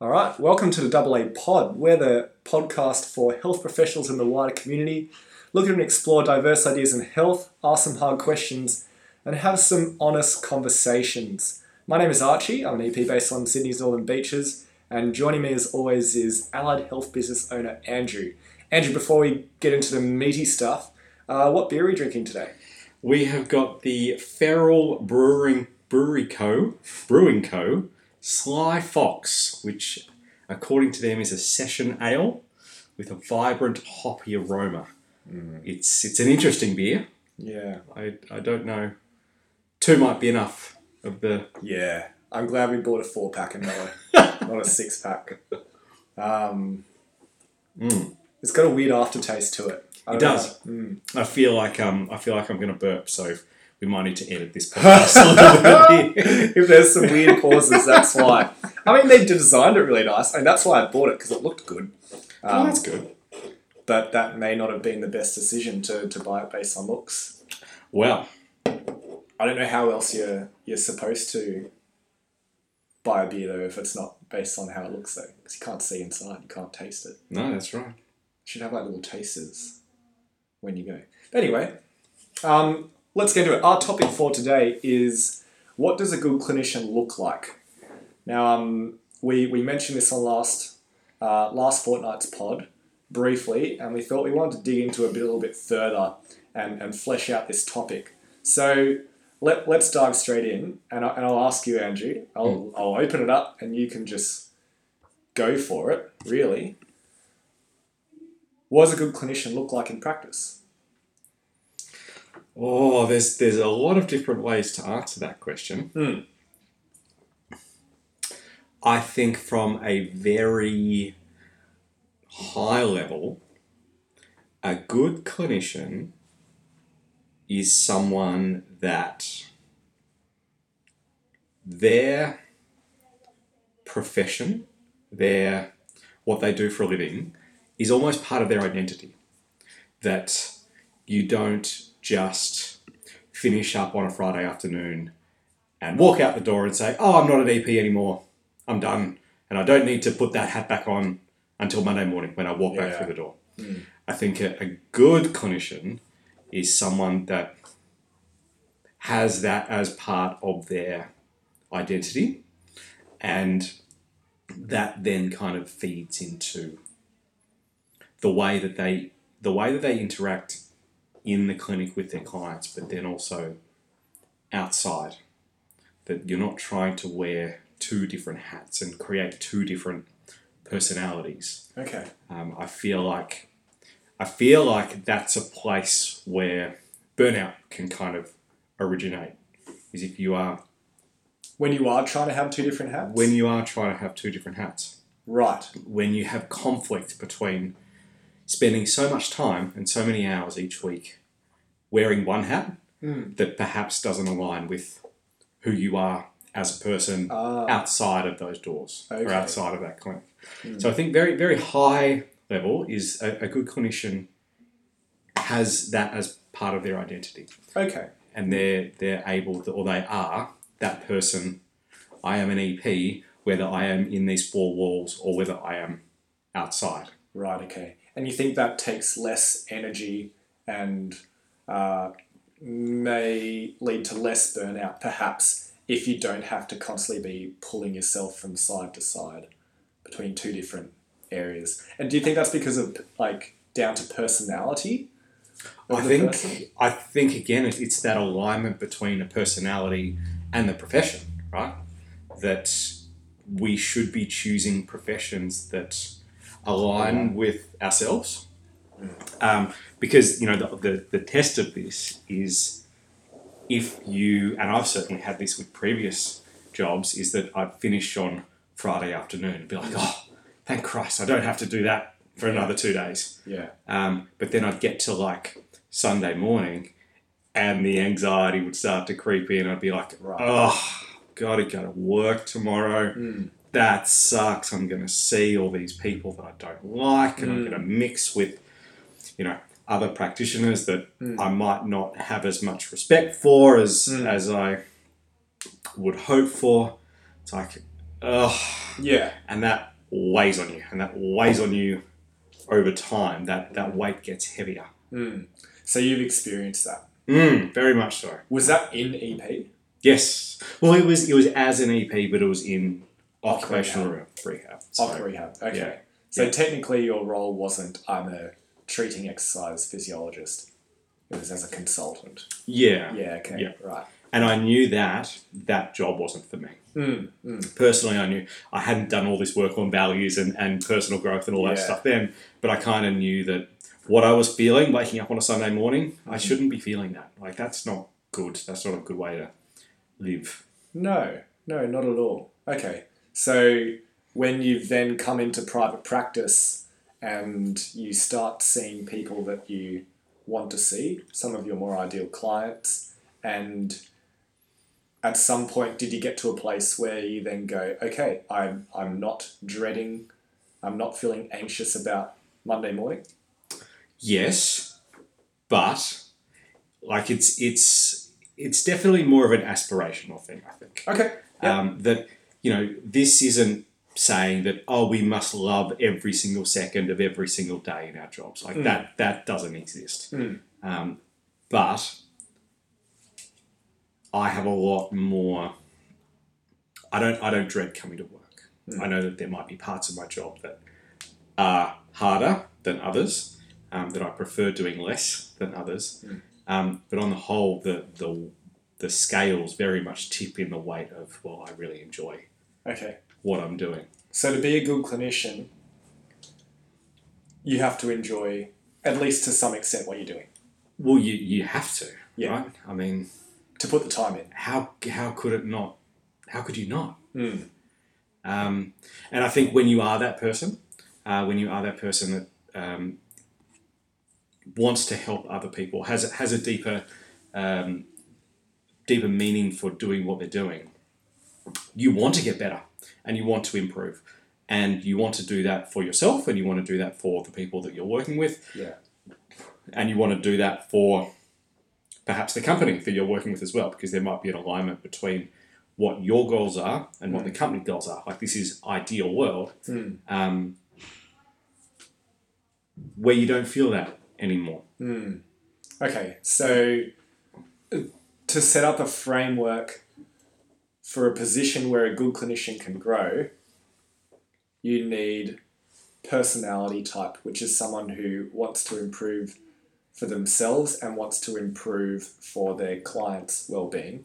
All right, welcome to the Double A Pod. We're the podcast for health professionals in the wider community. Look at and explore diverse ideas in health, ask some hard questions, and have some honest conversations. My name is Archie. I'm an EP based on Sydney's Northern Beaches, and joining me as always is Allied Health business owner Andrew. Andrew, before we get into the meaty stuff, uh, what beer are we drinking today? We have got the Feral Brewing Brewery Co. Brewing Co. Sly Fox, which, according to them, is a session ale with a vibrant hoppy aroma. It's it's an interesting beer. Yeah, I, I don't know. Two might be enough of the. Yeah, I'm glad we bought a four pack and not a, not a six pack. Um, It's got a weird aftertaste to it. I Mm. It don't does. know. Mm. I feel like um I feel like I'm gonna burp, so we might need to edit this podcast a little bit. here. if there's some weird pauses, that's why. I mean, they designed it really nice, and that's why I bought it because it looked good. Oh, that's good. But that may not have been the best decision to, to buy it based on looks. Well, I don't know how else you're you're supposed to buy a beer though if it's not based on how it looks though, because you can't see inside, you can't taste it. no, that's right. should have like little tasters when you go. But anyway, um, let's get into it. Our topic for today is what does a good clinician look like? Now, um, we, we mentioned this on last uh, last fortnight's pod briefly, and we thought we wanted to dig into it a bit- a little bit further and, and flesh out this topic. So let, let's dive straight in, and, I, and I'll ask you, Andrew. I'll, I'll open it up, and you can just go for it, really. What does a good clinician look like in practice? Oh, there's there's a lot of different ways to answer that question. Mm. I think from a very high level, a good clinician is someone that their profession, their what they do for a living is almost part of their identity. That you don't just finish up on a Friday afternoon and walk out the door and say, Oh, I'm not an EP anymore. I'm done. And I don't need to put that hat back on until Monday morning when I walk Yeah. back through the door. I think a, a good clinician is someone that has that as part of their identity and that then kind of feeds into the way that they the way that they interact in the clinic with their clients, but then also outside. That you're not trying to wear two different hats and create two different personalities. Okay. Um, I feel like I feel like that's a place where burnout can kind of originate. Is if you are When you are trying to have two different hats? when you are trying to have two different hats. right. when you have conflict between spending so much time and so many hours each week wearing one hat Hmm. that perhaps doesn't align with who you are as a person Ah. outside of those doors Okay. Hmm. or outside of that clinic. So I think very very high level is a, a good clinician has that as part of their identity Okay. and they're they're able to, or they are that person. I am an EP, whether I am in these four walls or whether I am outside. Right. Okay. And you think that takes less energy and uh, may lead to less burnout, perhaps, if you don't have to constantly be pulling yourself from side to side between two different areas. And do you think that's because of like down to personality? of I the think person? I think again, it- it's that alignment between a personality and the profession, right? That we should be choosing professions that align with ourselves, um, because you know the, the the test of this is if you and I've certainly had this with previous jobs is that I'd finish on Friday afternoon and be like, oh, thank Christ, I don't have to do that for another two days. Yeah. Um, but then I'd get to like Sunday morning and the anxiety would start to creep in. I'd be like, Right. oh, gotta go to work tomorrow. That sucks. I'm gonna see all these people that I don't like and I'm gonna mix with, you know, other practitioners that I might not have as much respect for as as I would hope for. It's like ugh, Yeah. and that weighs on you, and that weighs on you over time. That that weight gets heavier. Mm. So you've experienced that. Mm, very much so. Was that in E EP? Yes. Well, it was it was as an EP, but it was in occupational rehab. rehab. So, Off rehab. Okay. yeah. So Yeah. technically, your role wasn't I'm a treating exercise physiologist. It was as a consultant. yeah. Yeah. Okay. Yeah. Right. And I knew that that job wasn't for me. Mm, Hmm. mm. Personally, I knew I hadn't done all this work on values and, and personal growth and all that Yeah. stuff then, but I kind of knew that what I was feeling, waking up on a Sunday morning, I Mhm. shouldn't be feeling that. Like, that's not good. That's not a good way to live. No. No. Not at all. Okay. So when you've then come into private practice and you start seeing people that you want to see, some of your more ideal clients, and at some point did you get to a place where you then go okay i'm i'm not dreading i'm not feeling anxious about monday morning Yes, but like it's it's it's definitely more of an aspirational thing, I think. okay yeah um, that you know this isn't saying that oh we must love every single second of every single day in our jobs like that that doesn't exist Mm. um, but i have a lot more i don't i don't dread coming to work i know that there might be parts of my job that are harder than others um, that i prefer doing less than others um, but on the whole the the the scales very much tip in the weight of well i really enjoy okay what i'm doing so to be a good clinician you have to enjoy at least to some extent what you're doing well you you have to Yeah. right i mean to put the time in how how could it not how could you not Mm. um, and i think when you are that person uh, when you are that person that um, wants to help other people has a- has a deeper um, deeper meaning for doing what they're doing you want to get better and you want to improve and you want to do that for yourself and you want to do that for the people that you're working with yeah and you want to do that for perhaps the company that you're working with as well, because there might be an alignment between what your goals are and what the company goals are. Like this is ideal world Mm. um, where you don't feel that anymore. Okay, so uh, to set up a framework for a position where a good clinician can grow, you need personality type, which is someone who wants to improve for themselves and wants to improve for their clients' well-being.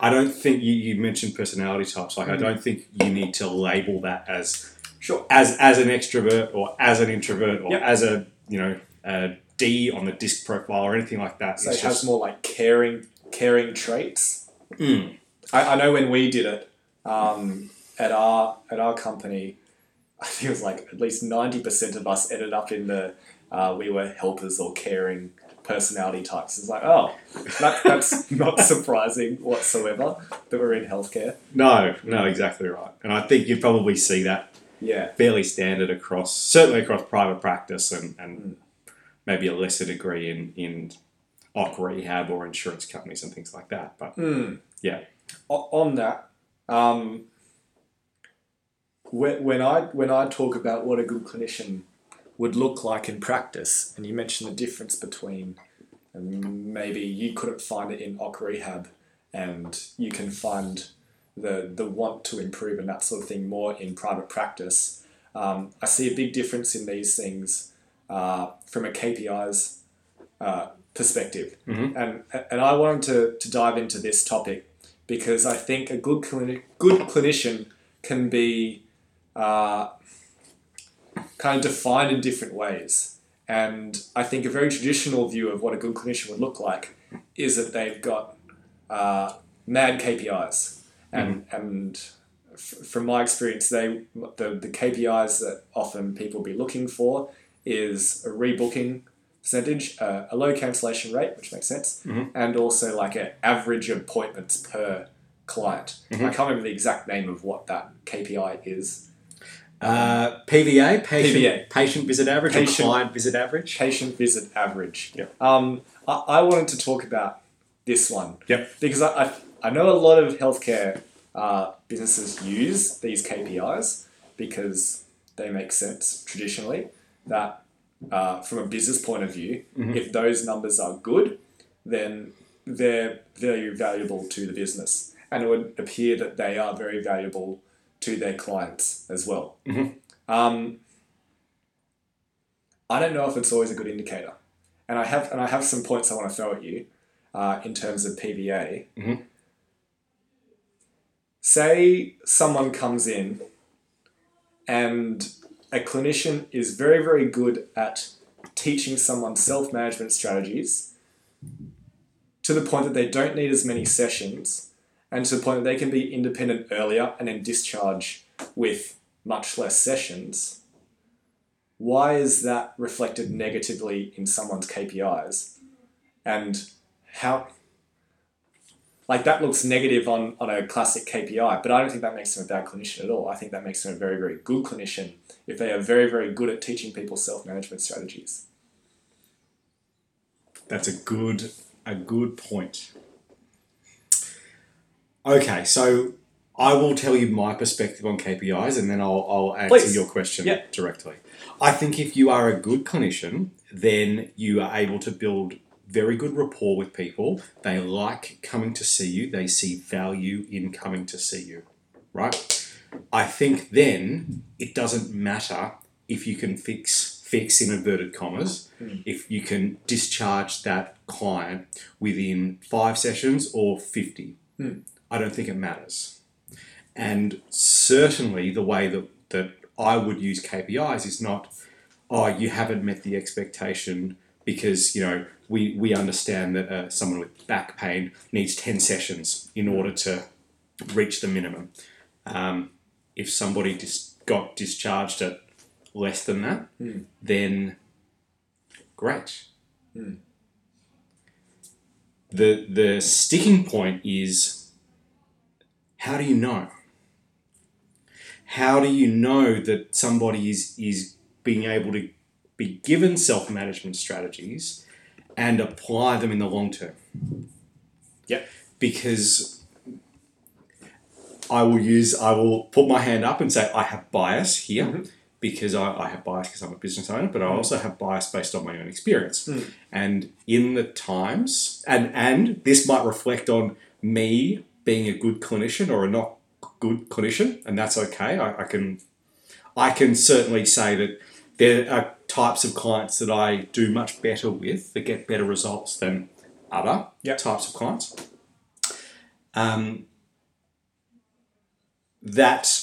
I don't think you, you mentioned personality types. Like I Mm. don't think you need to label that as Sure. as as an extrovert or as an introvert or Yep. as a you know a D on the disc profile or anything like that. So it It's has just- more like caring, caring traits. Mm. I, I know when we did it um, at our at our company, I think it was like at least ninety percent of us ended up in the uh, we were helpers or caring personality types. It's like oh, that, that's not surprising whatsoever that we're in healthcare. No, no, exactly right. And I think you'd probably see that Yeah, fairly standard across, certainly across private practice and, and maybe a lesser degree in, in OC rehab or insurance companies and things like that. But yeah, o- on that, um, when, when I when I talk about what a good clinician would look like in practice, and you mentioned the difference between, and maybe you couldn't find it in OC rehab, and you can find the the want to improve and that sort of thing more in private practice. Um, I see a big difference in these things uh, from a KPIs uh, perspective, and and I wanted to, to dive into this topic because I think a good clini- good clinician can be uh, kind of defined in different ways. And I think a very traditional view of what a good clinician would look like is that they've got uh, mad KPIs, and and f- from my experience, they the, the KPIs that often people be looking for is a rebooking percentage, uh, a low cancellation rate, which makes sense, and also like an average appointments per client. I can't remember the exact name of what that KPI is. uh, PVA, patient, PVA. patient visit average Patient- or client visit average. Patient visit average. Yep. Um, I, I wanted to talk about this one Yep. because I, I, I know a lot of healthcare uh, businesses use these KPIs because they make sense traditionally. That uh, from a business point of view, if those numbers are good, then they're very valuable to the business, and it would appear that they are very valuable to their clients as well. Um, I don't know if it's always a good indicator, and I have and I have some points I want to throw at you uh, in terms of PVA. Mhm. Say someone comes in, and a clinician is very very good at teaching someone self management strategies to the point that they don't need as many sessions, and to the point that they can be independent earlier and then discharge with much less sessions why is that reflected negatively in someone's KPIs? And how like that looks negative on, on a classic KPI, but I don't think that makes them a bad clinician at all. I think that makes them a very, very good clinician if they are very, very good at teaching people self-management strategies. That's a good a good point. Okay, so I will tell you my perspective on KPIs, and then I'll, I'll answer Please. your question Yeah. directly. I think if you are a good clinician, then you are able to build very good rapport with people. They like coming to see you. They see value in coming to see you, right? I think then it doesn't matter if you can fix fix in inverted commas, if you can discharge that client within five sessions or fifty. I don't think it matters. And certainly the way that, that I would use KPIs is not, oh, you haven't met the expectation because, you know, we, we understand that uh, someone with back pain needs 10 sessions in order to reach the minimum. Um, if somebody dis- got discharged at less than that, then great. The, the sticking point is how do you know? How do you know that somebody is is being able to be given self management strategies and apply them in the long term? Yep. Because I will use I will put my hand up and say I have bias here because I, I have bias because I'm a business owner, but I also have bias based on my own experience. And in the times and and this might reflect on me being a good clinician or a not good clinician, and that's okay. I, I can I can certainly say that there are types of clients that I do much better with that get better results than other Yep. types of clients. Um, that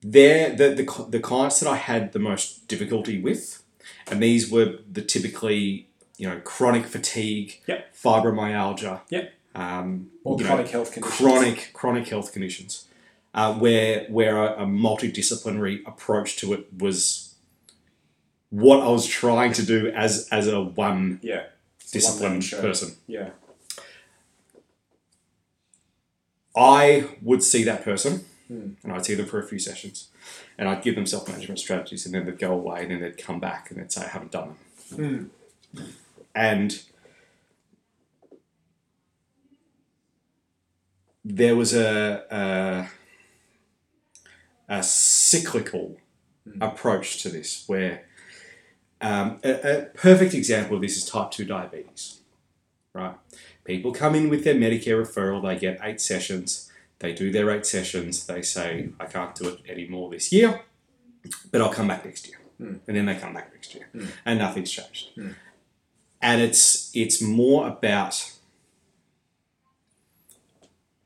there the, the cl- the clients that I had the most difficulty with, and these were the typically you know chronic fatigue, Yep. fibromyalgia, Yep. um, Or you know, chronic health conditions. chronic chronic health conditions, uh, where where a, a multidisciplinary approach to it was what I was trying to do as as a one Yeah. It's a one-man disciplined show. person. Yeah. I would see that person and I'd see them for a few sessions and I'd give them self management strategies and then they'd go away and then they'd come back and they'd say, I haven't done them. And there was a, a, a cyclical approach to this where um, a, a perfect example of this is type 2 diabetes right? People come in with their Medicare referral, they get eight sessions, they do their eight sessions, they say, I can't do it anymore this year, but I'll come back next year. And then they come back next year. And nothing's changed. And it's it's more about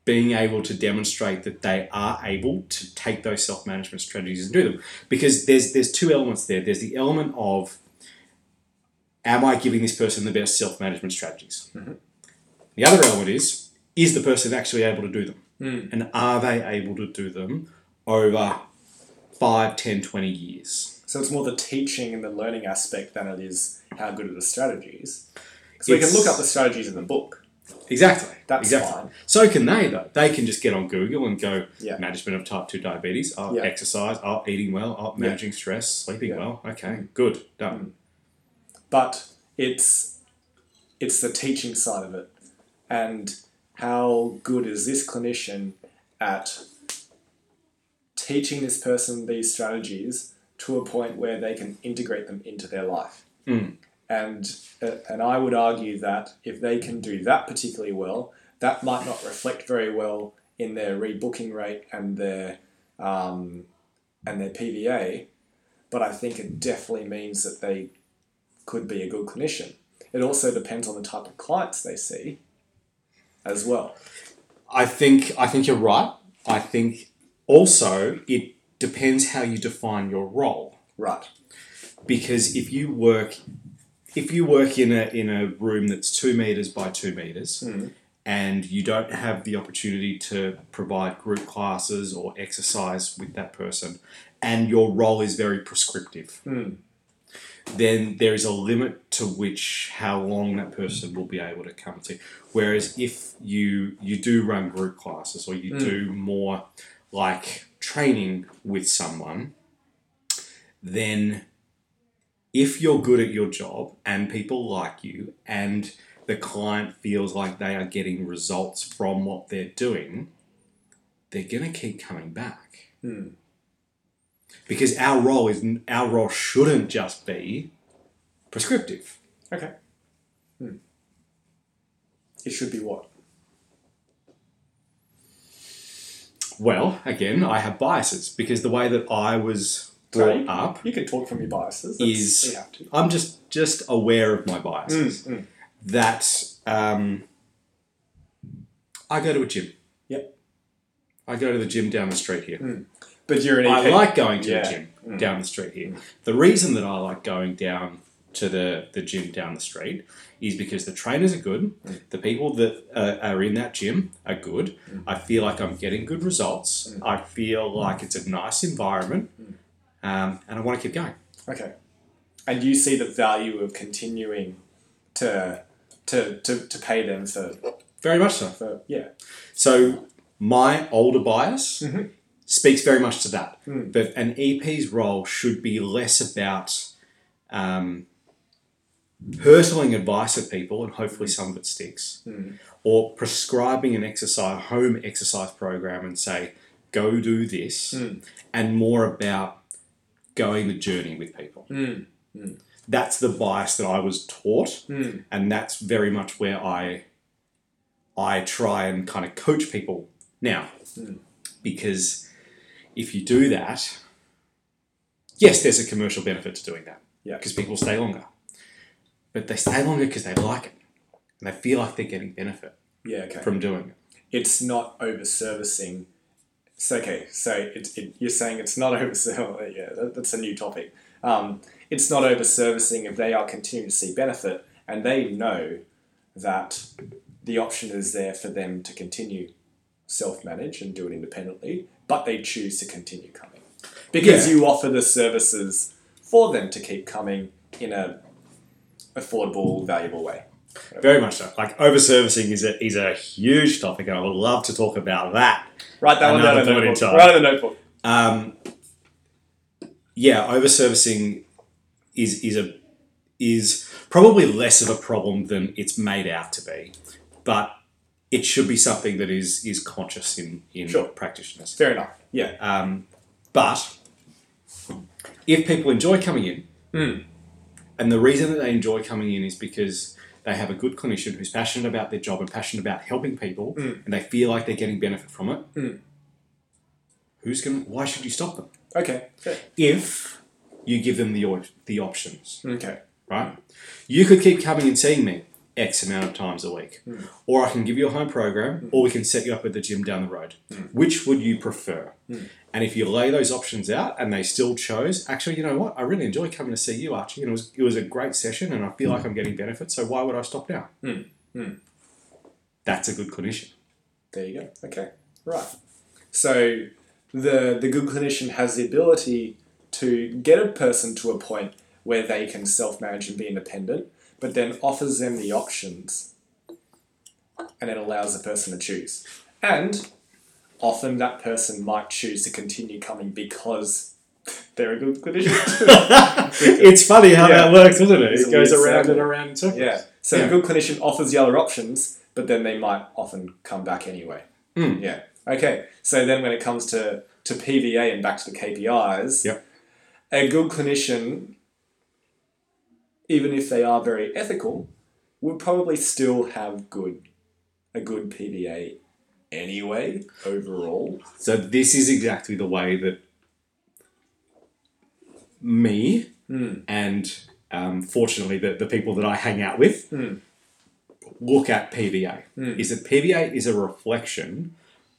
being able to demonstrate that they are able to take those self-management strategies and do them. Because there's there's two elements there. There's the element of am I giving this person the best self-management strategies? The other element is is the person actually able to do them? Hmm. And are they able to do them over 5, 10, 20 years? So it's more the teaching and the learning aspect than it is how good are the strategies. Because we can It's- look up the strategies in the book. Exactly. That's exactly. fine. So can they though. They can just get on Google and go Yeah. management of type 2 diabetes, oh, Yeah. exercise, oh, eating well, oh, managing stress, sleeping Yeah. Hmm. well. Okay, good, done. but it's it's the teaching side of it and how good is this clinician at teaching this person these strategies to a point where they can integrate them into their life. Mm. And uh, and I would argue that if they can do that particularly well, that might not reflect very well in their rebooking rate and their um, and their PVA, but I think it definitely means that they could be a good clinician. It also depends on the type of clients they see as well. I think I think you're right. I think also it depends how you define your role. Right. Because if you work if you work in a in a room that's two meters by two meters Mm. and you don't have the opportunity to provide group classes or exercise with that person and your role is very prescriptive, Mm. then there is a limit to which how long that person will be able to come to. Whereas if you you do run group classes or you do more like training with someone, then if you're good at your job and people like you and the client feels like they are getting results from what they're doing, they're gonna keep coming back Mm. because our role is our role shouldn't just be prescriptive. Okay. Hmm. It should be what? Well, again, I have biases because the way that I was Right. brought up, You can talk from your biases. Is- you have to. I'm just just aware of my biases. Mm, mm. That um, I go to a gym. Yep. I go to the gym down the street here. But you're an I EP. like going to Yeah. Mm. the gym down the street here. The reason that I like going down to the, the gym down the street is because the trainers are good. Mm. The people that uh, are in that gym are good. Mm. I feel like I'm getting good results. I feel like it's a nice environment. Mm. Um, and I want to keep going. okay. And you see the value of continuing to to to, to pay them for, Very much so. for yeah. So my older bias Mhm. speaks very much to that. Mm. But an EP's role should be less about um, hurtling advice at people, and hopefully some of it sticks, Mm. or prescribing an exercise, home exercise program, and say, go do this, Mm. and more about going the journey with people. Mm. That's the bias that I was taught Mm. and that's very much where I I try and kind of coach people now because if you do that yes there's a commercial benefit to doing that Yeah. because people stay longer but they stay longer because they like it and they feel like they're getting benefit Yeah. Okay. from doing it it's not over servicing. So okay, so it, it, you're saying it's not over servicing. Yeah, that, that's a new topic. Um, it's not over servicing if they are continuing to see benefit and they know that the option is there for them to continue self manage and do it independently, but they choose to continue coming because Yeah. you offer the services for them to keep coming in a affordable, valuable way. very much so like over servicing is a, is a huge topic and I would love to talk about that Write that one down in Another the point in notebook. time. Write it in the notebook. Um, yeah, overservicing is is a is probably less of a problem than it's made out to be, but it should be something that is is conscious in in Sure. practitioners. Fair enough. Yeah. Um, but if people enjoy coming in, and the reason that they enjoy coming in is because they have a good clinician who's passionate about their job and passionate about helping people, and they feel like they're getting benefit from it. Who's gonna? Why should you stop them? Okay. Fair. if you give them the op- the options, Okay. right? You could keep coming and seeing me X amount of times a week, Hmm. or I can give you a home program, or we can set you up at the gym down the road. Hmm. Which would you prefer? And if you lay those options out and they still chose, actually, you know what? I really enjoy coming to see you, Archie, and it was it was a great session, and I Hmm. feel like I'm getting benefits. So why would I stop now? That's a good clinician. There you go. Okay. Right. So the the good clinician has the ability to get a person to a point where they can self manage and be independent, but then offers them the options and it allows the person to choose. And often that person might choose to continue coming because they're a good clinician. it's funny how Yeah. that works, isn't it? It's a It goes weird around circle. and around in circles. yeah. So Yeah. the good clinician offers the other options but then they might often come back anyway. Mm. Yeah. Okay. So then when it comes to, to PVA and back to the KPIs, Yep. a good clinician, even if they are very ethical, would probably still have good a good PVA anyway, overall. So this is exactly the way that me and um, fortunately the, the people that I hang out with look at PVA. Is that PVA is a reflection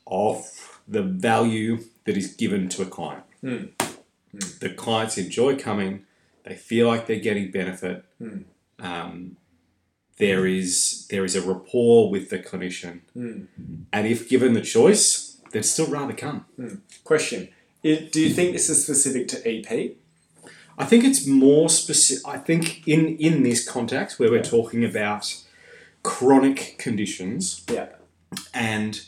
of the value that is given to a client. The clients enjoy coming, they feel like they're getting benefit. Um, there is there is a rapport with the clinician. And if given the choice, they'd still rather come. Question. i- do you think this is specific to E EP? I think it's more specific. I think in in this context where we're talking about chronic conditions Yeah. and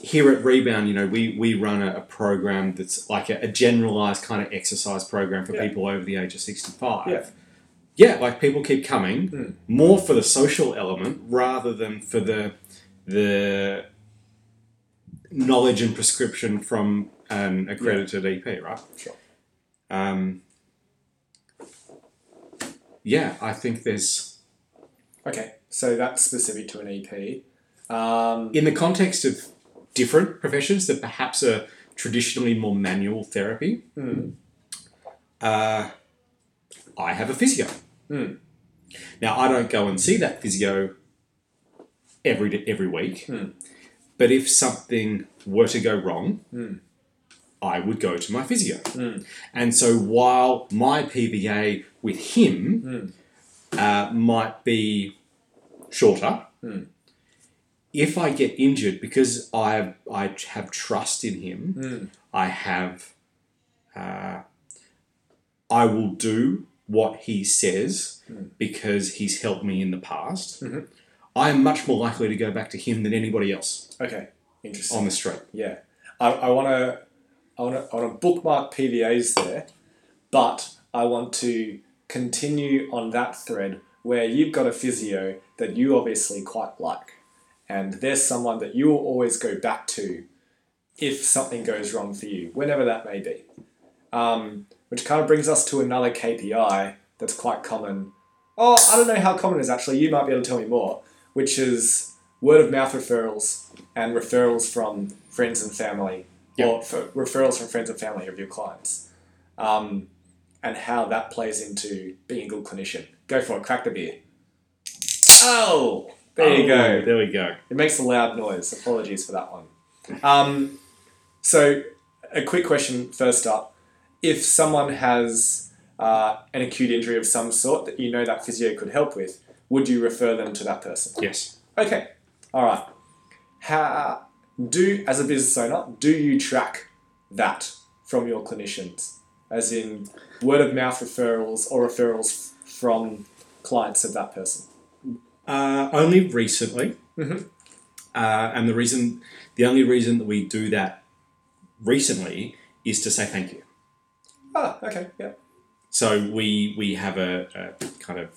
here at Rebound, you know, we we run a, a program that's like a, a generalized kind of exercise program for Yeah. people over the age of sixty five. Yeah. Hmm. yeah, like people keep coming more for the social element rather than for the the knowledge and prescription from an accredited EP, right? Sure. Um, yeah, I think there's Okay. So that's specific to an E EP. Um, in the context of different professions that perhaps are traditionally more manual therapy. Uh, I have a physio. Now I don't go and see that physio every d- every week, but if something were to go wrong, I would go to my physio. And so while my PVA with him uh, might be shorter, if I get injured because I I have trust in him, Hmm. I have uh, I will do what he says Hmm. because he's helped me in the past. Mm-hmm. I am much more likely to go back to him than anybody else okay. Interesting. on the street. Yeah, I, I want to, I want to, I want to bookmark PVAs there, but I want to continue on that thread where you've got a physio that you obviously quite like, and there's someone that you will always go back to if something goes wrong for you, whenever that may be. Um, which kind of brings us to another KPI that's quite common. Oh, I don't know how common it is actually. You might be able to tell me more. Which is word of mouth referrals and referrals from friends and family, or f- referrals from friends and family of your clients, um, and how that plays into being a good clinician. Go for it. Crack the beer. Oh, there you go. Oh, There we go. It makes a loud noise. Apologies for that one. Um, so, a quick question first up. If someone has uh, an acute injury of some sort that you know that physio could help with, would you refer them to that person? Yes. Okay. All right. How do as a business owner do you track that from your clinicians, as in word of mouth referrals or referrals from clients of that person? Uh, only recently, Mm-hmm. uh, and the reason the only reason that we do that recently is to say thank you. Ah, okay, yeah, So we we have a, a kind of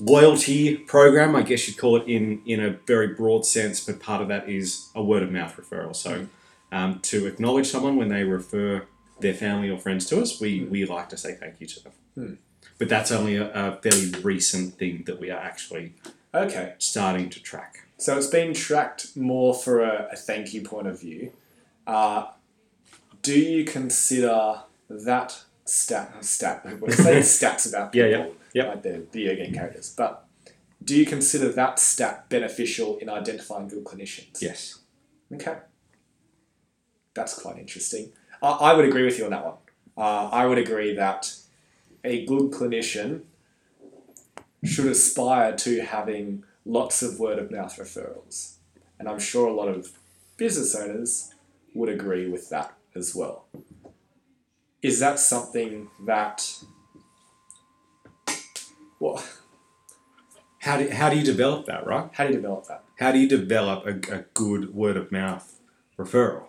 loyalty program, I guess you'd call it in in a very broad sense, but part of that is a word of mouth referral. So um, to acknowledge someone when they refer their family or friends to us, we we like to say thank you to them. But that's only a, a fairly recent thing that we are actually okay. starting to track. So it's been tracked more for a, a thank you point of view. Uh, do you consider that stat stat? We're saying stats about Yeah, people, yeah, yeah. like they're video game characters. But do you consider that stat beneficial in identifying good clinicians? Yes. Okay, that's quite interesting. I, I would agree with you on that one. Uh, I would agree that a good clinician should aspire to having lots of word of mouth referrals. And I'm sure a lot of business owners would agree with that as well. Is that something that. Well, How do, how do you develop that, right? how do you develop that? How do you develop a, a good word of mouth referral?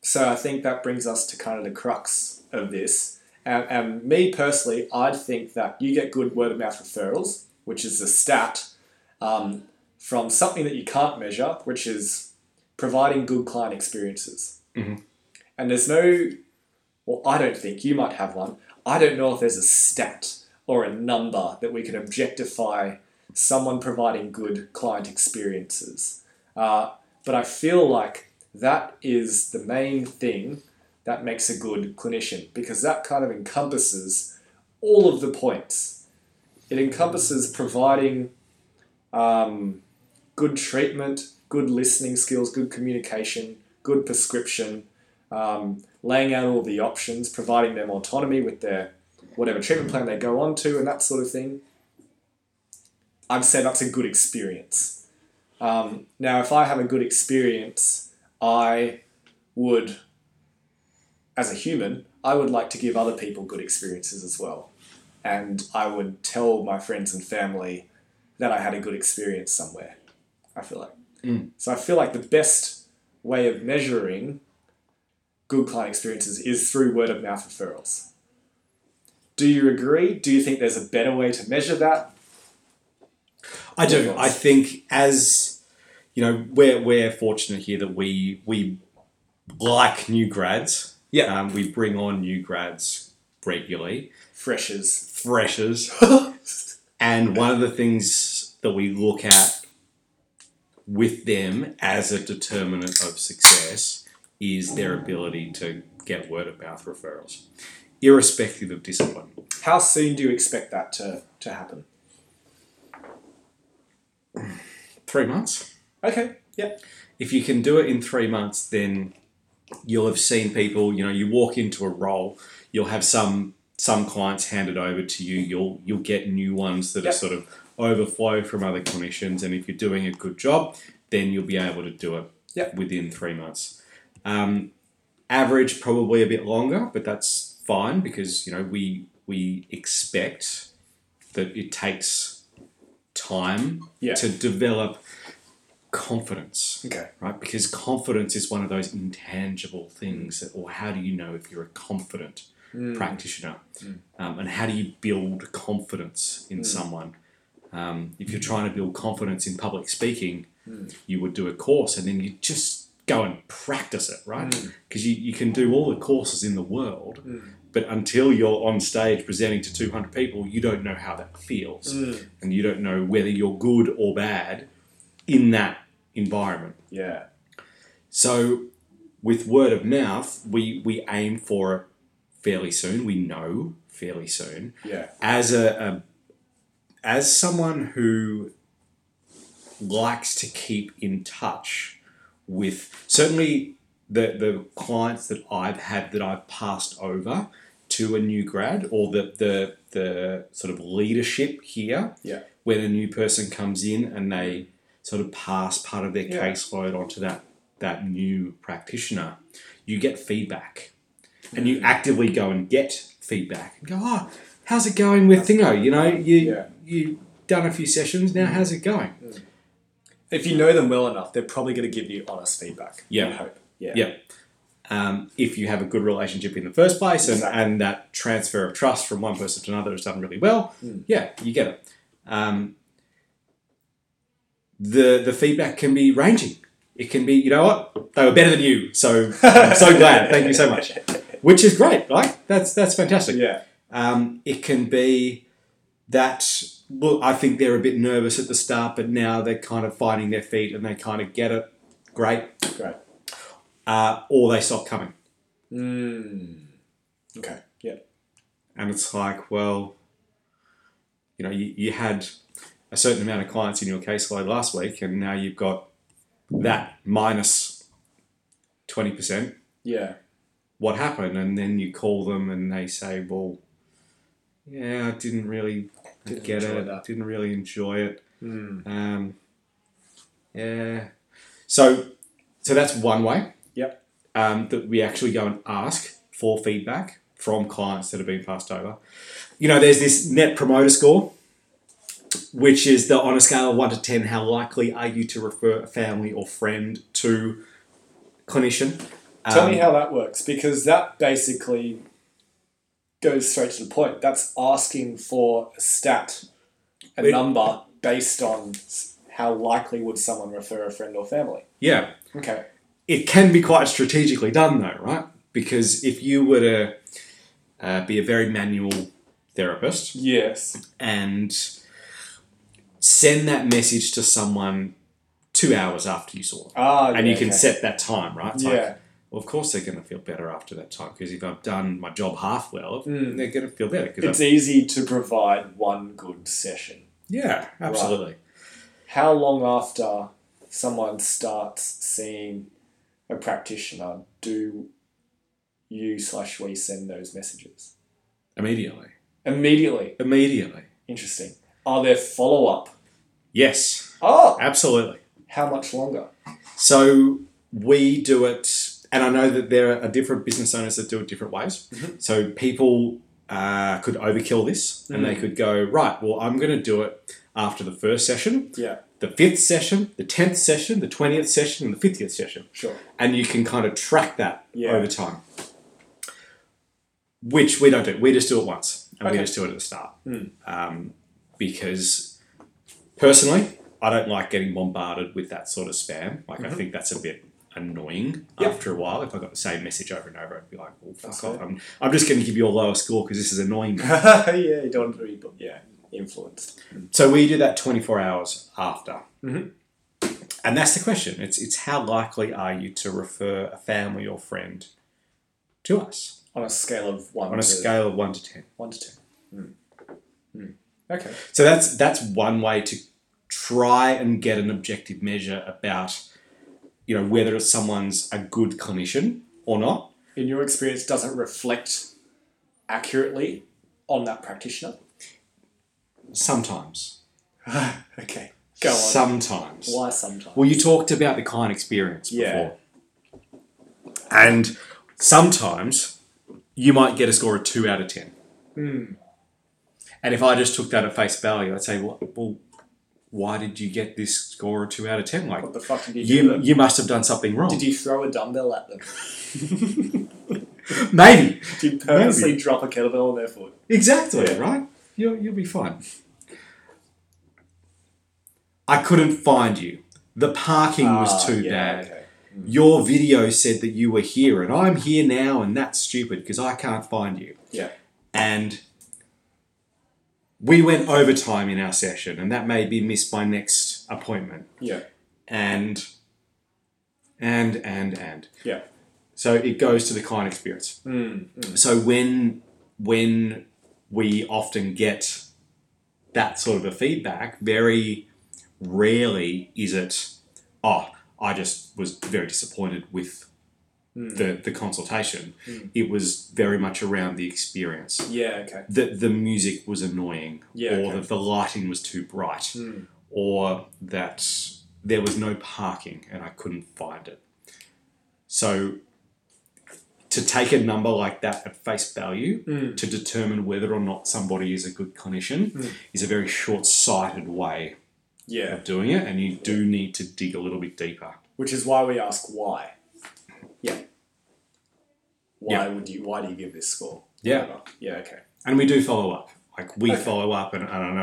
So I think that brings us to kind of the crux of this. And, and me personally, I'd think that you get good word of mouth referrals, which is the stat, um, from something that you can't measure, which is providing good client experiences. Mhm. And there's no, well, I don't think you might have one. I don't know if there's a stat or a number that we can objectify someone providing good client experiences. Uh, but I feel like that is the main thing that makes a good clinician because that kind of encompasses all of the points. It encompasses providing um, good treatment, good listening skills, good communication, good prescription, um, laying out all the options, providing them autonomy with their whatever treatment plan they go on to, and that sort of thing. I'd say that's a good experience. Um, now, if I have a good experience, I would, as a human, I would like to give other people good experiences as well. And I would tell my friends and family that I had a good experience somewhere. I feel like. Mm. So I feel like the best way of measuring good client experiences is through word of mouth referrals. Do you agree? Do you think there's a better way to measure that? I do. I think as you know, we're we're fortunate here that we we like new grads. Yeah. Um, we bring on new grads regularly, Freshers. freshers, and one of the things that we look at with them as a determinant of success is their ability to get word of mouth referrals, irrespective of discipline. How soon do you expect that to, to happen? Three months. Okay. Yeah. if you can do it in three months, then you'll have seen people. You know, you walk into a role, you'll have some some clients handed over to you. You'll you'll get new ones that Yep. are sort of overflow from other clinicians, and if you're doing a good job, then you'll be able to do it Yep. within three months. Um, average probably a bit longer, but that's fine because you know we we expect that it takes time Yeah. to develop confidence Okay. right? Because confidence is one of those intangible things that, or how do you know if you're a confident practitioner? Um, and how do you build confidence in someone? Um, if you're trying to build confidence in public speaking, you would do a course and then you just go and practice it, right? Because you, you can do all the courses in the world, but until you're on stage presenting to 200 people, you don't know how that feels. And you don't know whether you're good or bad in that environment. Yeah. So with word of mouth, we we aim for it fairly soon. We know fairly soon. Yeah. As a, a as someone who likes to keep in touch with certainly the the clients that I've had that I've passed over to a new grad or the the the sort of leadership here Yeah. when a new person comes in and they sort of pass part of their Yeah. caseload onto that that new practitioner, you get feedback, and Mm. you actively go and get feedback and go, oh, how's it going with Thingo? You know, you Yeah. Mm. you done a few sessions now. How's it going? If you know them well enough, they're probably going to give you honest feedback. Yeah. I hope. Yeah. Yeah. Um, if you have a good relationship in the first place and, Exactly. and that transfer of trust from one person to another is done really well, Hmm. yeah, you get it. Um, the the feedback can be ranging. It can be, you know what, they were better than you, so I'm so glad. Thank you so much. Which is great, right? That's that's fantastic. Yeah. Um, it can be that well, I think they're a bit nervous at the start, but now they're kind of finding their feet and they kind of get it. Great, Great. uh, or they stop coming. Mm. Okay. Yeah. And it's like, well, you know, you, you had a certain amount of clients in your caseload last week, and now you've got that minus 20%. Yeah. What happened? And then you call them and they say, well, yeah, I didn't really Didn't get enjoy it, that. didn't really enjoy it. Mm. Um, yeah. So, so that's one way. Yep. Um, that we actually go and ask for feedback from clients that have been passed over. You know, there's this net promoter score, which is the on a scale of one to ten, how likely are you to refer a family or friend to clinician? Tell Um, me how that works because that basically goes straight to the point. That's asking for a stat, a Wait. number based on s- how likely would someone refer a friend or family? Yeah. Okay. it can be quite strategically done though, right? Because if you were to uh, be a very manual therapist Yes. and send that message to someone two hours after you saw them, Ah, and yeah, you can okay. set that time, right? It's Yeah. like, well, of course they're going to feel better after that time because if I've done my job half well, Mm. they're going to feel better. 'cause It's I've- easy to provide one good session. yeah, absolutely. How long after someone starts seeing a practitioner do you slash we send those messages? Immediately. Immediately. Immediately. Interesting. Are there follow up? Yes, Oh, absolutely. how much longer? So we do it, and I know that there are different business owners that do it different ways. Mhm. So people uh, could overkill this, and Mm. they could go right. Well, I'm going to do it after the first session, Yeah, the fifth session, the tenth session, the twentieth session, and the fiftieth session, sure. and you can kind of track that Yeah. over time. Which we don't do. We just do it once, and we Okay. just do it at the start, Hmm. um, because personally, I don't like getting bombarded with that sort of spam. Like, I Mhm. think that's a bit annoying Yep. after a while. If I got the same message over and over, I'd be like, "Well, fuck That's off! it. I'm, I'm just going to give you a lower score because this is annoying." me." yeah, you don't want to be, but yeah, influenced. so we do that 24 hours after. Mhm. And that's the question. It's it's how likely are you to refer a family or friend to us? On a scale of one on to a scale of one to ten. one to ten. Mm. Mm. Okay. So that's that's one way to try and get an objective measure about you know whether someone's a good clinician or not. In your experience, does it reflect accurately on that practitioner? Sometimes, okay. Go on. sometimes. Why sometimes? Well, you talked about the client experience Yeah. before, and sometimes you might get a score of two out of ten. Hmm. And if I just took that at face value, I'd say, well, well why did you get this score of two out of ten? Like What the fuck did you, do? you to them? you must have done something wrong. Did you throw a dumbbell at them? Maybe. Did you purposely drop a kettlebell on their foot? Exactly, Yeah. right? You'll, you'll be fine. I couldn't find you. The parking was Ah, too yeah, bad. okay. Your video said that you were here, and I'm here now, and that's stupid because I can't find you. Yeah. And we went overtime in our session, and that made me miss my next appointment. Yeah. And, and, and, and. Yeah. So it goes to the client experience. Mm, mm. so when when we often get that sort of a feedback very rarely is it oh i just was very disappointed with Mm. the, the consultation Mm. it was very much around the experience Yeah. Okay. that the music was annoying Yeah, or okay. that the lighting was too bright Mm. or that there was no parking and I couldn't find it. So to take a number like that at face value Mm. to determine whether or not somebody is a good clinician Mm. is a very short-sighted way Yeah. of doing it and you do need to dig a little bit deeper. Which is why we ask why. Yeah. Why would you? Why do you give this score? Yeah. Yeah. Okay. And we do follow up. Like we Okay. Hmm. follow up and I don't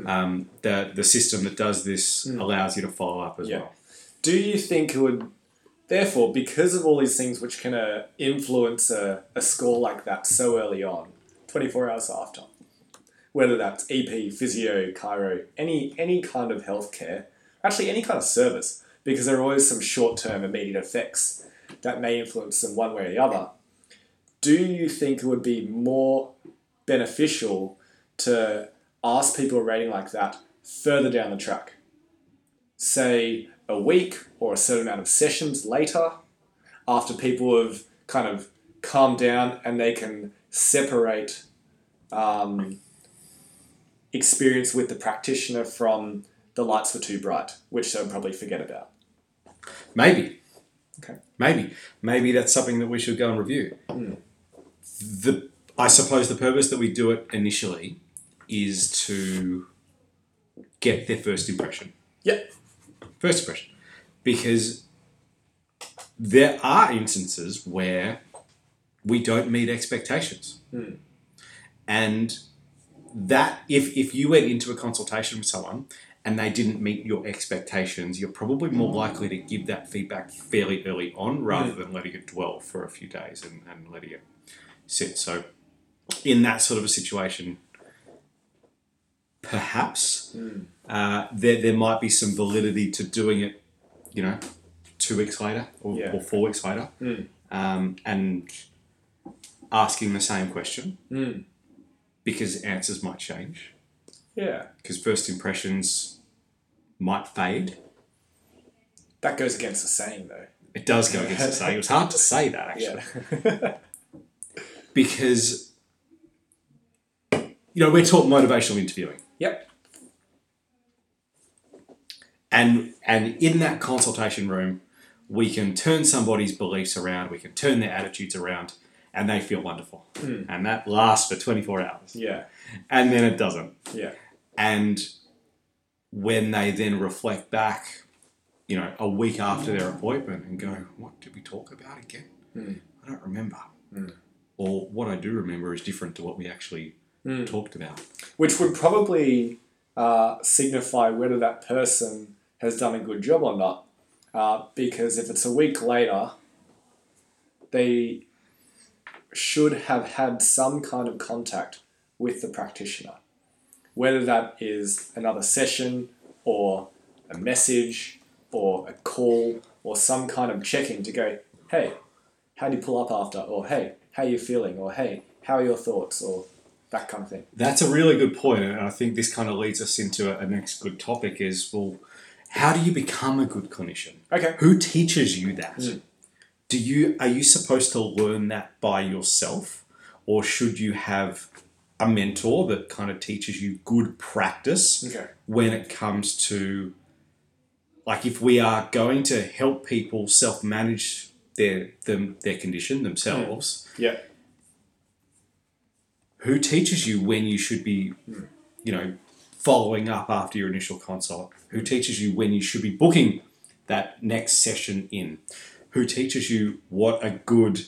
know um, the the system that does this Mm. allows you to follow up as Yeah. well. Do you think it would, therefore, because of all these things which can uh, influence a, a score like that so early on, 24 hours after, whether that's EP, physio, chiro, any, any kind of healthcare, actually any kind of service, because there are always some short term immediate effects that may influence them one way or the other, do you think it would be more beneficial to ask people a rating like that further down the track? say a week or a certain amount of sessions later after people have kind of calmed down and they can separate um, experience with the practitioner from the lights were too bright, which they'll probably forget about. Maybe. Okay. Maybe. Maybe that's something that we should go and review. The I suppose the purpose that we do it initially is to get their first impression. Yep. First impression. Because there are instances where we don't meet expectations. And that if if you went into a consultation with someone and they didn't meet your expectations, you're probably more likely to give that feedback fairly early on rather than letting it dwell for a few days and, and letting it sit. So, in that sort of a situation, perhaps uh, there, there might be some validity to doing it, you know, two weeks later or, Yeah. or four weeks later um, and asking the same question Mm. because answers might change Yeah. because first impressions might fade. That goes against the saying, though. It does go against the saying. It was hard to say that actually Yeah. because you know we're taught motivational interviewing, yep. and and in that consultation room, we can turn somebody's beliefs around, we can turn their attitudes around, and they feel wonderful, and that lasts for twenty four hours, Yeah. and then it doesn't. Yeah. And when they then reflect back, you know, a week after their appointment and go, what did we talk about again? I don't remember. Or what I do remember is different to what we actually talked about. Which would probably uh, signify whether that person has done a good job or not. Uh, because if it's a week later, they should have had some kind of contact with the practitioner. Whether that is another session or a message or a call or some kind of check in to go, hey, how do you pull up after? Or hey, how are you feeling? Or hey, how are your thoughts? Or that kind of thing. That's a really good point, and I think this kind of leads us into a, a next good topic: is well, how do you become a good clinician? Okay. Who teaches you that? Do you are you supposed to learn that by yourself, or should you have a mentor that kind of teaches you good practice Okay. when it comes to like if we are going to help people self manage their them their condition themselves? Yeah. who teaches you when you should be, you know, following up after your initial consult? Who teaches you when you should be booking that next session in? Who teaches you what a good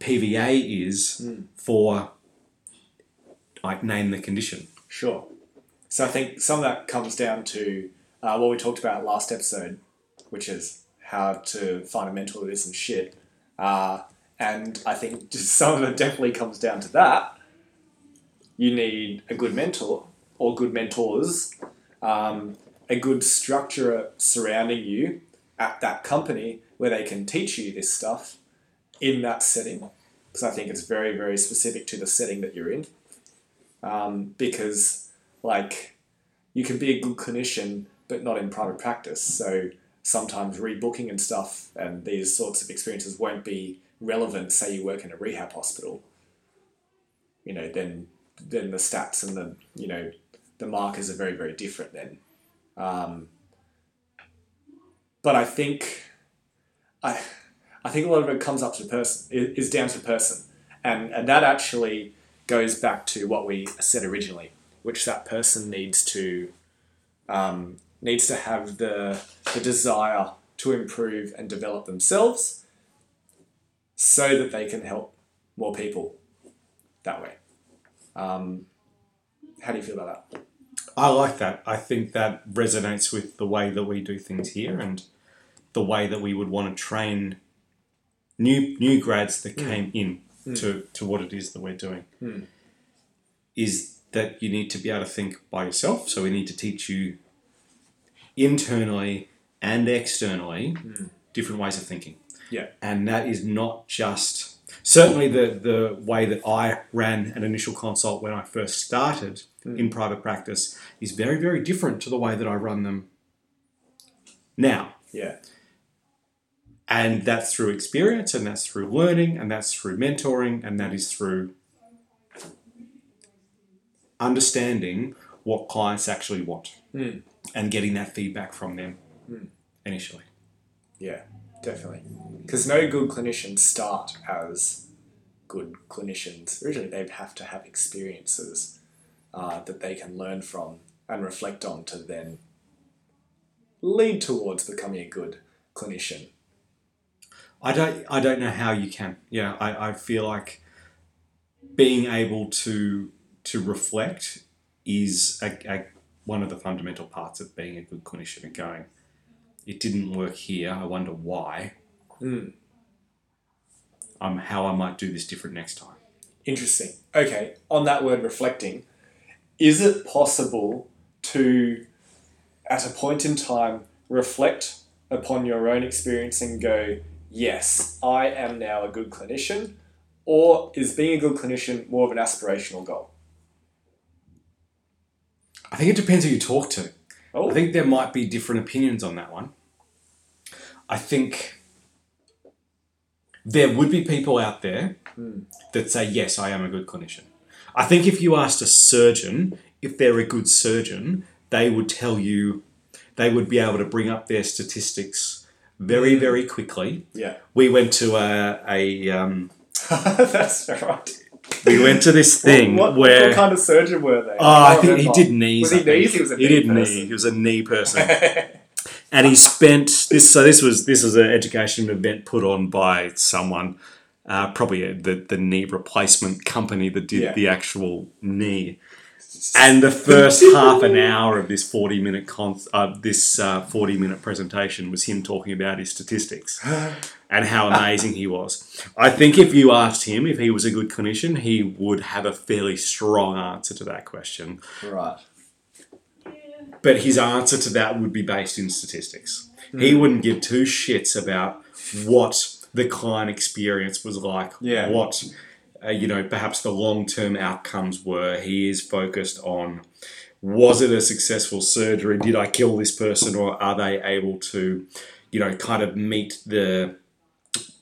PVA is for, like, name the condition? Sure. So I think some of that comes down to uh, what we talked about last episode, which is how to find a mentor that isn't shit. Uh, and I think just some of it definitely comes down to that. You need a good mentor or good mentors, um, a good structure surrounding you at that company where they can teach you this stuff in that setting. Because I think it's very, very specific to the setting that you're in um, because like you can be a good clinician but not in private practice so sometimes rebooking and stuff and these sorts of experiences won't be relevant say you work in a rehab hospital you know then then the stats and the you know the markers are very very different then um, but i think i i think a lot of it comes up to the person i- is down to the person and and that actually goes back to what we said originally which that person needs to um, needs to have the the desire to improve and develop themselves so that they can help more people that way um, how do you feel about that I like that. I think that resonates with the way that we do things here and the way that we would want to train new new grads that came in to, to what it is that we're doing. Is that you need to be able to think by yourself. So we need to teach you internally and externally different ways of thinking yeah and that is not just certainly the the way that I ran an initial consult when I first started in private practice is very very different to the way that I run them now yeah and that's through experience and that's through learning and that's through mentoring and that is through understanding what clients actually want and getting that feedback from them initially yeah definitely because no good clinicians start as good clinicians originally they have to have experiences uh, that they can learn from and reflect on to then lead towards becoming a good clinician I don't I don't know how you can. Yeah, I, I feel like being able to to reflect is a, a one of the fundamental parts of being a good clinician and going, it didn't work here. I wonder why. Mm. Um, how I might do this different next time. Interesting. Okay, on that word reflecting, is it possible to, at a point in time, reflect upon your own experience and go, yes, I am now a good clinician? Or is being a good clinician more of an aspirational goal? I think it depends who you talk to. Oh, I think there might be different opinions on that one. I think there would be people out there Hmm. that say, yes, I am a good clinician. I think if you asked a surgeon if they're a good surgeon, they would tell you, they would be able to bring up their statistics Hmm. very, very quickly. yeah. We went to a, a um, That's right. we went to this thing What, where what kind of surgeon were they? Oh, I think he remember. did knees. Was he I think. knees? He was a knee did person. knee. He was a knee person, and he spent this. So this was this was an education event put on by someone, uh, probably a, the the knee replacement company that did Yeah. the actual knee. And the first half an hour of this forty minute con- uh, this uh, forty minute presentation was him talking about his statistics and how amazing he was. I think if you asked him if he was a good clinician, he would have a fairly strong answer to that question. Right. But his answer to that would be based in statistics. Hmm. He wouldn't give two shits about what the client experience was like, Yeah. what uh, you know, perhaps the long-term outcomes were. He is focused on was it a successful surgery? Did I kill this person or are they able to, you know, kind of meet the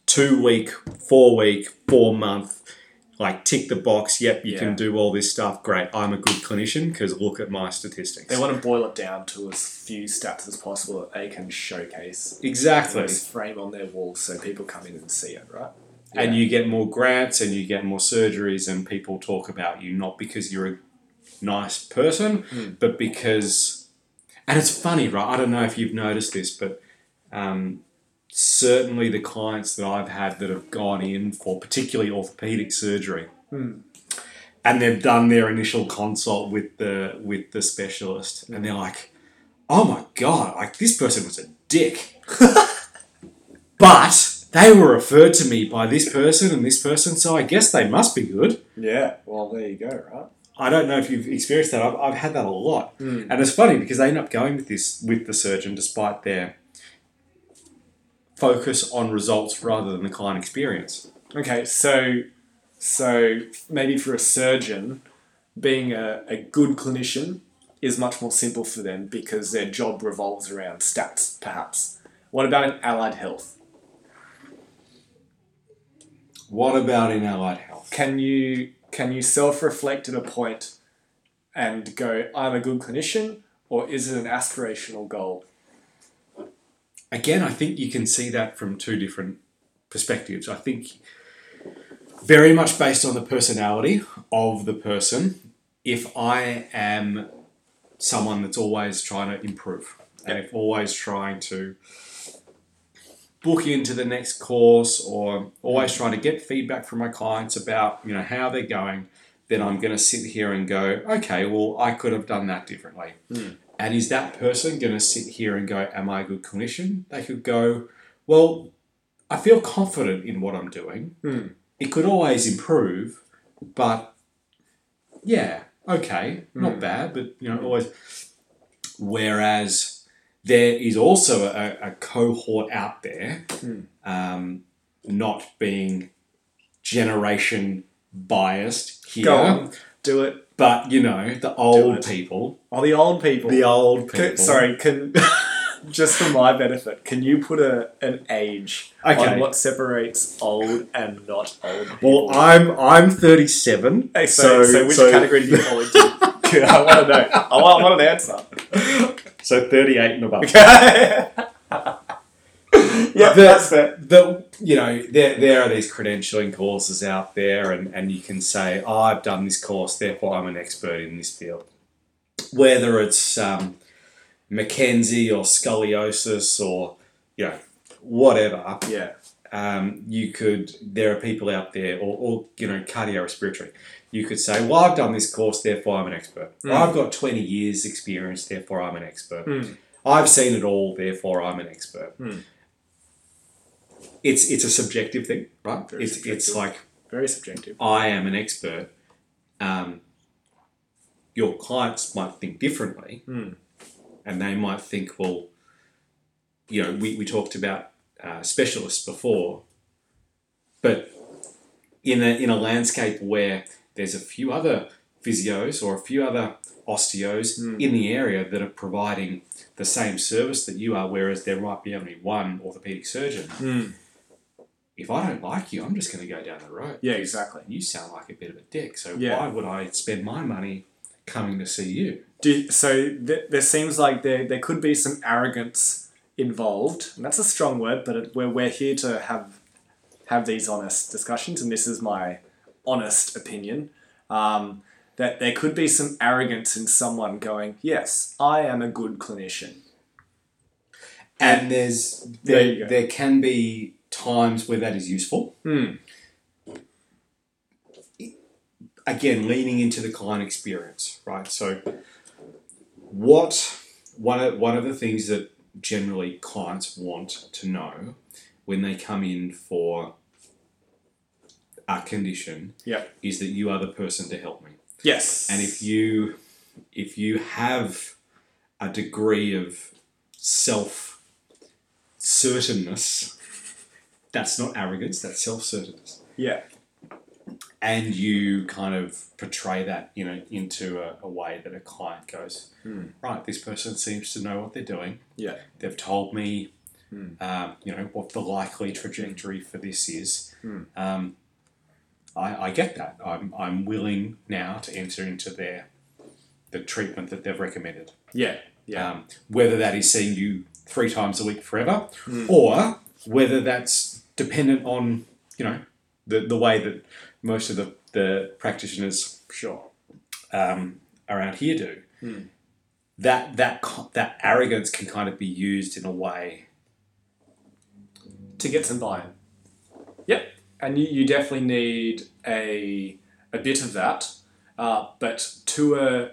two week, four week, four month, like tick the box, yep, you Yeah. can do all this stuff. Great. I'm a good clinician because look at my statistics. They want to boil it down to as few stats as possible that they can showcase. Exactly. Nice frame on their wall so people come in and see it, right? And you get more grants and you get more surgeries, and people talk about you not because you're a nice person, but because. And it's funny, right? I don't know if you've noticed this, but um, certainly the clients that I've had that have gone in for particularly orthopedic surgery. And they've done their initial consult with the with the specialist, and they're like, "Oh my god! Like this person was a dick." But they were referred to me by this person and this person, so I guess they must be good. Yeah, well, there you go, right? I don't know if you've experienced that. I've, I've had that a lot, and it's funny because they end up going with this with the surgeon despite their focus on results rather than the client experience. Okay, so so maybe for a surgeon, being a, a good clinician is much more simple for them because their job revolves around stats, perhaps. What about in allied health? What about in allied health? Can you can you self-reflect at a point and go, I'm a good clinician, or is it an aspirational goal? Again, I think you can see that from two different perspectives. I think very much based on the personality of the person. If I am someone that's always trying to improve and if always trying to book into the next course or always trying to get feedback from my clients about you know how they're going then i'm going to sit here and go okay well i could have done that differently and is that person going to sit here and go am i a good clinician they could go well i feel confident in what i'm doing Hmm. it could always improve but yeah okay not Hmm. bad but you know always Whereas there is also a, a cohort out there, Hmm. um, not being generation biased here, Go on, do it. but you know the old it. people, Oh, the old people. the old people. Can- sorry, can just for my benefit, can you put a an age Okay. on what separates old and not old? Well, I'm I'm 37. Hey, so, so, which category do you fall into? I want to know. I want, I want an answer. So 38 and above. yeah, that's fair. the you know there there are these credentialing courses out there, and and you can say, oh, I've done this course, therefore I'm an expert in this field. Whether it's um, McKenzie or scoliosis or you know whatever, Yeah, um, you could there are people out there or, or you know cardio respiratory you could say well i've done this course therefore i'm an expert Mm. or, i've got 20 years experience therefore i'm an expert Mm. i've seen it all therefore i'm an expert Mm. it's it's a subjective thing right Very it's it's subjective. like Very subjective. I am an expert, um, your clients might think differently. Hmm. And they might think, well, you know, we, we talked about uh, specialists before, but in a, in a landscape where there's a few other physios or a few other osteos in the area that are providing the same service that you are, whereas there might be only one orthopedic surgeon. Mm. If I don't like you, I'm just going to go down the road Yeah, exactly. you sound like a bit of a dick. So Yeah. why would I spend my money coming to see you? Do, so th- there seems like there, there could be some arrogance involved. And that's a strong word, but it, we're, we're here to have have these honest discussions, and this is my honest opinion. Um, that there could be some arrogance in someone going, Yes, I am a good clinician. And there's there There you go. there can be times where that is useful. Hmm. Again, leaning into the client experience, right? So what one of one of the things that generally clients want to know when they come in for a condition Yep. is that you are the person to help me. Yes. and if you if you have a degree of self certainness that's not arrogance that's self certainness Yeah. and you kind of portray that you know into a, a way that a client goes Hmm. right this person seems to know what they're doing Yeah. they've told me Hmm. um, you know what the likely trajectory for this is Hmm. um, I, I get that I'm, I'm willing now to enter into their the treatment that they've recommended Yeah. Yeah. um, whether that is seeing you three times a week forever Hmm. or whether that's dependent on you know the, the way that most of the, the practitioners Sure. um, around here do. Hmm. That that co- that arrogance can kind of be used in a way. to get some buy-in. Yep, and you, you definitely need a a bit of that, uh, but to a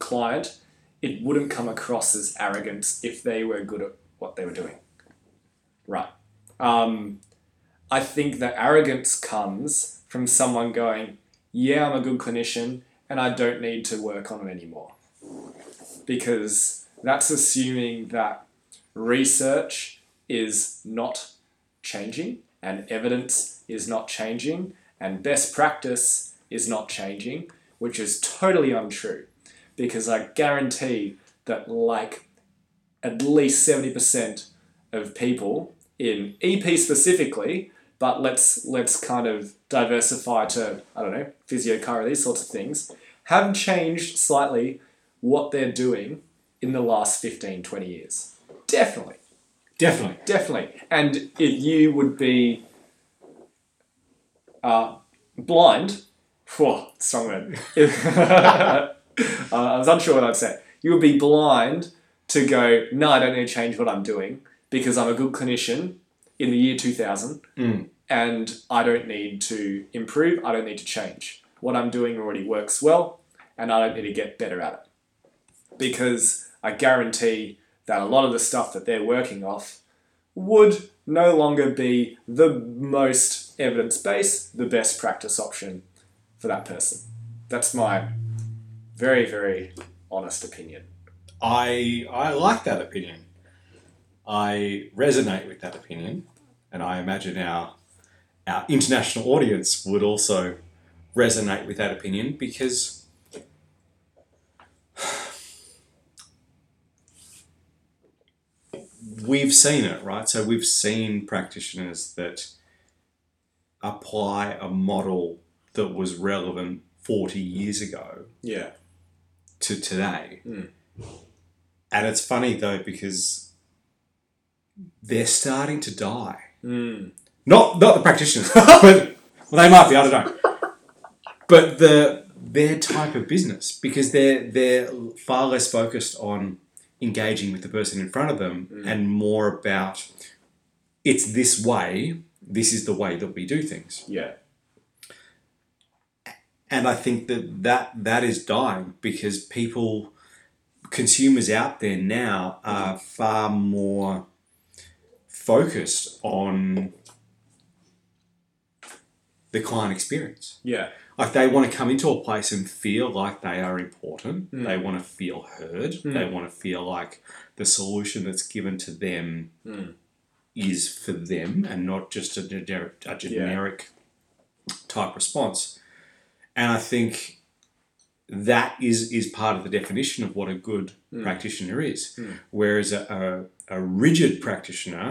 client, it wouldn't come across as arrogance if they were good at what they were doing. Right. Um, I think that arrogance comes from someone going, "Yeah, I'm a good clinician, and I don't need to work on it anymore," because that's assuming that research is not changing and evidence is not changing and best practice is not changing, which is totally untrue because I guarantee that, like, at least 70% of people in EP specifically, but let's let's kind of diversify to I don't know physio, chiro, these sorts of things, have changed slightly what they're doing in the last 15, 20 years. Definitely Definitely. definitely. And if you would be uh, blind, whoa, strong word. Uh, I was unsure what I'd say. You would be blind to go, no, I don't need to change what I'm doing because I'm a good clinician in the year 2000 Mm. and I don't need to improve, I don't need to change. What I'm doing already works well and I don't need to get better at it. Because I guarantee that a lot of the stuff that they're working off would no longer be the most evidence based, the best practice option for that person. That's my very, very honest opinion. I I like that opinion. I resonate with that opinion, and I imagine our our international audience would also resonate with that opinion because we've seen it, right? So we've seen practitioners that apply a model that was relevant 40 years ago Yeah. to today. Mm. And it's funny though because they're starting to die. Mm. Not not the practitioners, but well, they might be. I don't know. But the their type of business because they're they're far less focused on engaging with the person in front of them and more about it's this way. this is the way that we do things. Yeah. And I think that that, that is dying because people, consumers out there now are far more focused on the client experience. Yeah. Like they want to come into a place and feel like they are important. Mm. They want to feel heard. Mm. They want to feel like the solution that's given to them Mm. is for them and not just a generic, a generic type response. And I think that is is part of the definition of what a good Mm. practitioner is. Mm. Whereas a, a, a rigid practitioner,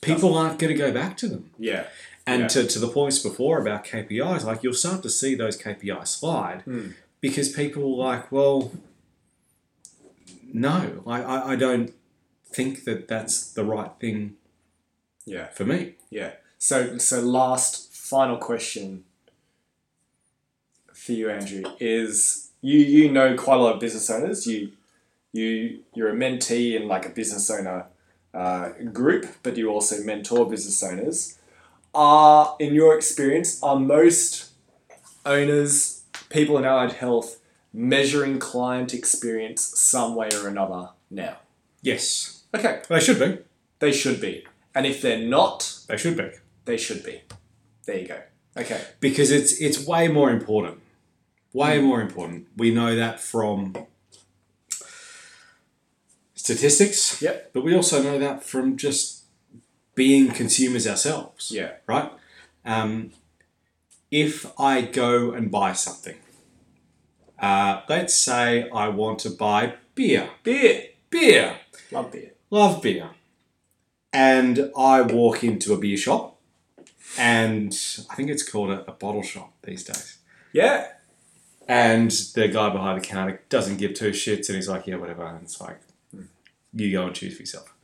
people aren't going to go back to them. Yeah. And Yeah. to, to the points before about KPIs, like you'll start to see those KPIs slide Mm. because people are like, well, no, I, I, I don't think that that's the right thing Yeah. for me. Yeah. So so last final question for you, Andrew, is you you know quite a lot of business owners. You you you're a mentee in like a business owner uh, group, but you also mentor business owners. Are in your experience are most owners, people in allied health, measuring client experience some way or another now? Yes. Okay, They should be. they should be, and if they're not, They should be. they should be. There you go. Okay. Because it's it's way more important. Way more important. We know that from statistics. Yep. But we also know that from just being consumers ourselves. Yeah. right? Um, if I go and buy something, uh, let's say I want to buy beer. Beer. Beer! Love beer. Love beer. And I walk into a beer shop, and I think it's called a, a bottle shop these days. Yeah. And the guy behind the counter doesn't give two shits, and he's like, yeah, whatever. And it's like, "Hmm, you go and choose for yourself.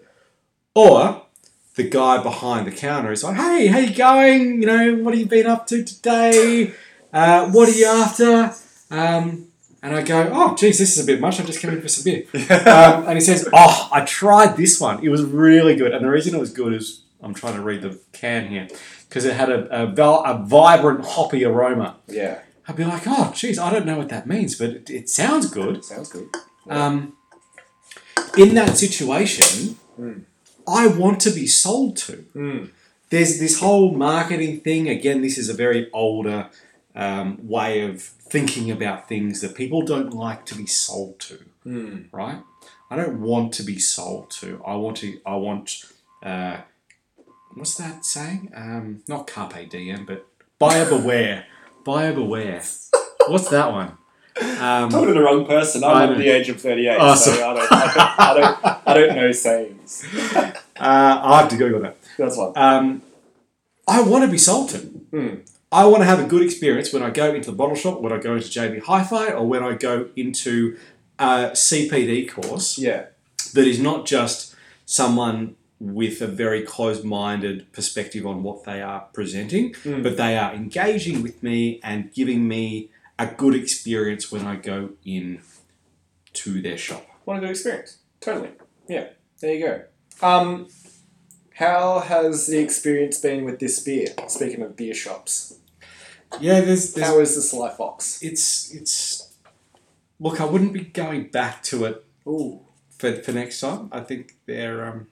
Or the guy behind the counter is like, hey, how you going? You know, what have you been up to today? Uh, what are you after? Um, and I go, oh, geez, this is a bit much. I'm just coming for some beer. um, and he says, oh, I tried this one. It was really good. And the reason it was good is I'm trying to read the can here because it had a, a, val- a vibrant, hoppy aroma. Yeah. I'd be like, oh, geez, I don't know what that means, but it, it sounds good. Sounds good. Um, in that situation, Mm. I want to be sold to. Mm. There's this whole marketing thing. Again, this is a very older um, way of thinking about things that people don't like to be sold to, Mm. right? I don't want to be sold to. I want to. I want. Uh, what's that saying? Um, not carpe diem, but buyer beware. buyer beware. What's that one? Um, Talking to the wrong person. I I'm know. at the age of 38, Oh, sorry. so I don't, I, don't, I, don't, I don't know sayings. Uh, I'll have to Google that. That's one. Um, I want to be sold to. Mm. I want to have a good experience when I go into the bottle shop, when I go into JB Hi Fi, or when I go into a CPD course Yeah. that is not just someone with a very closed minded perspective on what they are presenting, Mm. but they are engaging with me and giving me a good experience when I go in to their shop. What a good experience. Totally. Yeah. There you go. Um, how has the experience been with this beer? Speaking of beer shops, Yeah, there's, there's how is the Sly Fox? it's it's look i wouldn't be going back to it Ooh. for, for next time i think there um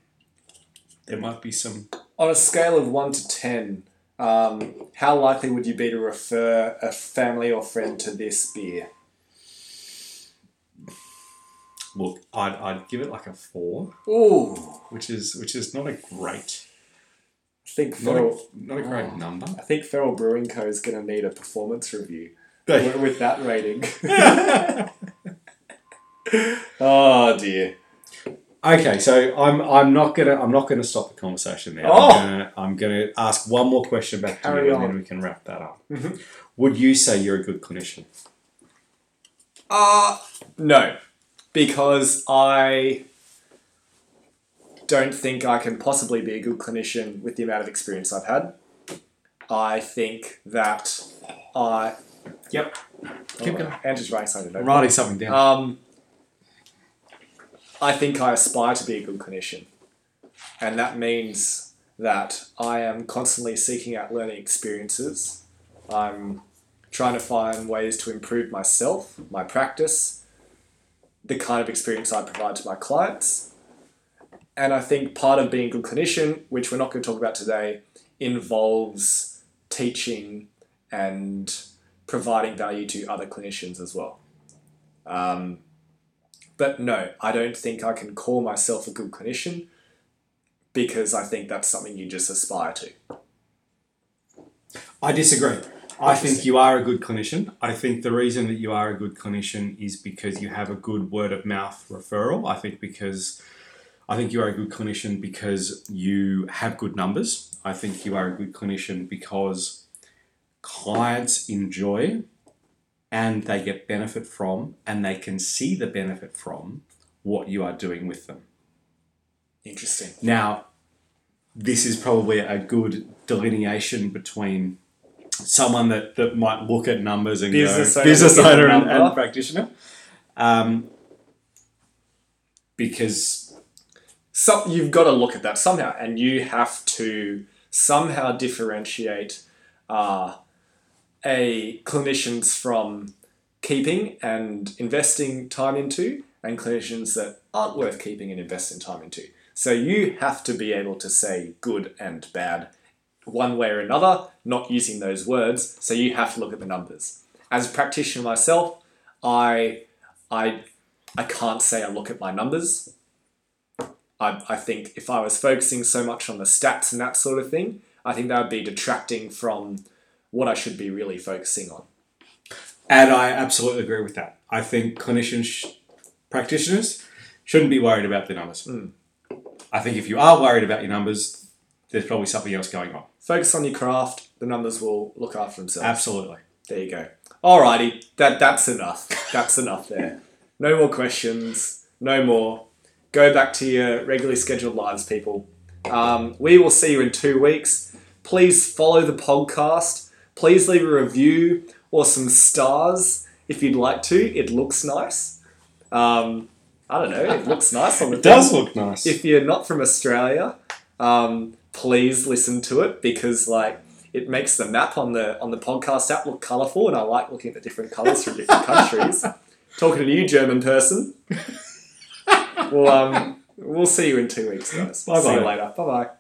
there might be some On a scale of 1 to 10, um, how likely would you be to refer a family or friend to this beer? look i'd, I'd give it like a four Ooh. which is which is not a great I think not a, Feral, not a great Oh. number I think Feral Brewing Co is going to need a performance review They- with with that rating. oh dear. okay so i'm i'm not gonna i'm not gonna stop the conversation there Oh. I'm, gonna, I'm gonna ask one more question back to Carry you and on. then we can wrap that up Mhm. would you say you're a good clinician Uh no, because I don't think I can possibly be a good clinician with the amount of experience I've had. I think that I yep keep going Andrew's writing something down. i'm writing something down Um, I think I aspire to be a good clinician. And that means that I am constantly seeking out learning experiences. I'm trying to find ways to improve myself, my practice, the kind of experience I provide to my clients. And I think part of being a good clinician, which we're not going to talk about today, involves teaching and providing value to other clinicians as well. Um, but no, I don't think I can call myself a good clinician because I think that's something you just aspire to. I disagree. I think you are a good clinician. I think the reason that you are a good clinician is because you have a good word of mouth referral. I think because I think you are a good clinician because you have good numbers. I think you are a good clinician because clients enjoy and they get benefit from and they can see the benefit from what you are doing with them. Interesting. Now, this is probably a good delineation between someone that, that might look at numbers and Business go owner business with a owner and, number. and practitioner. Um, because So you've got to look at that somehow, and you have to somehow differentiate uh, a clinicians from keeping and investing time into, and clinicians that aren't worth keeping and investing time into. So you have to be able to say good and bad one way or another, not using those words. So you have to look at the numbers. As a practitioner myself, I, I, I can't say I look at my numbers. I, I think if I was focusing so much on the stats and that sort of thing, I think that would be detracting from what I should be really focusing on. and I absolutely agree with that. I think clinicians sh- practitioners shouldn't be worried about their numbers. Hmm. I think if you are worried about your numbers, there's probably something else going on. Focus on your craft, the numbers will look after themselves. Absolutely. There you go. Alrighty, that, that's enough. That's enough there. No more questions, no more. Go back to your regularly scheduled lives, people. Um, we will see you in two weeks. Please follow the podcast. Please leave a review or some stars if you'd like to. It looks nice. Um, I don't know, it looks nice on the It does look nice. if you're not from Australia, um, please listen to it because like it makes the map on the on the podcast app look colourful, and I like looking at the different colours from different countries. Talking to you, German person. well, um, we'll see you in two weeks, guys. Bye-bye. See you later. Bye bye.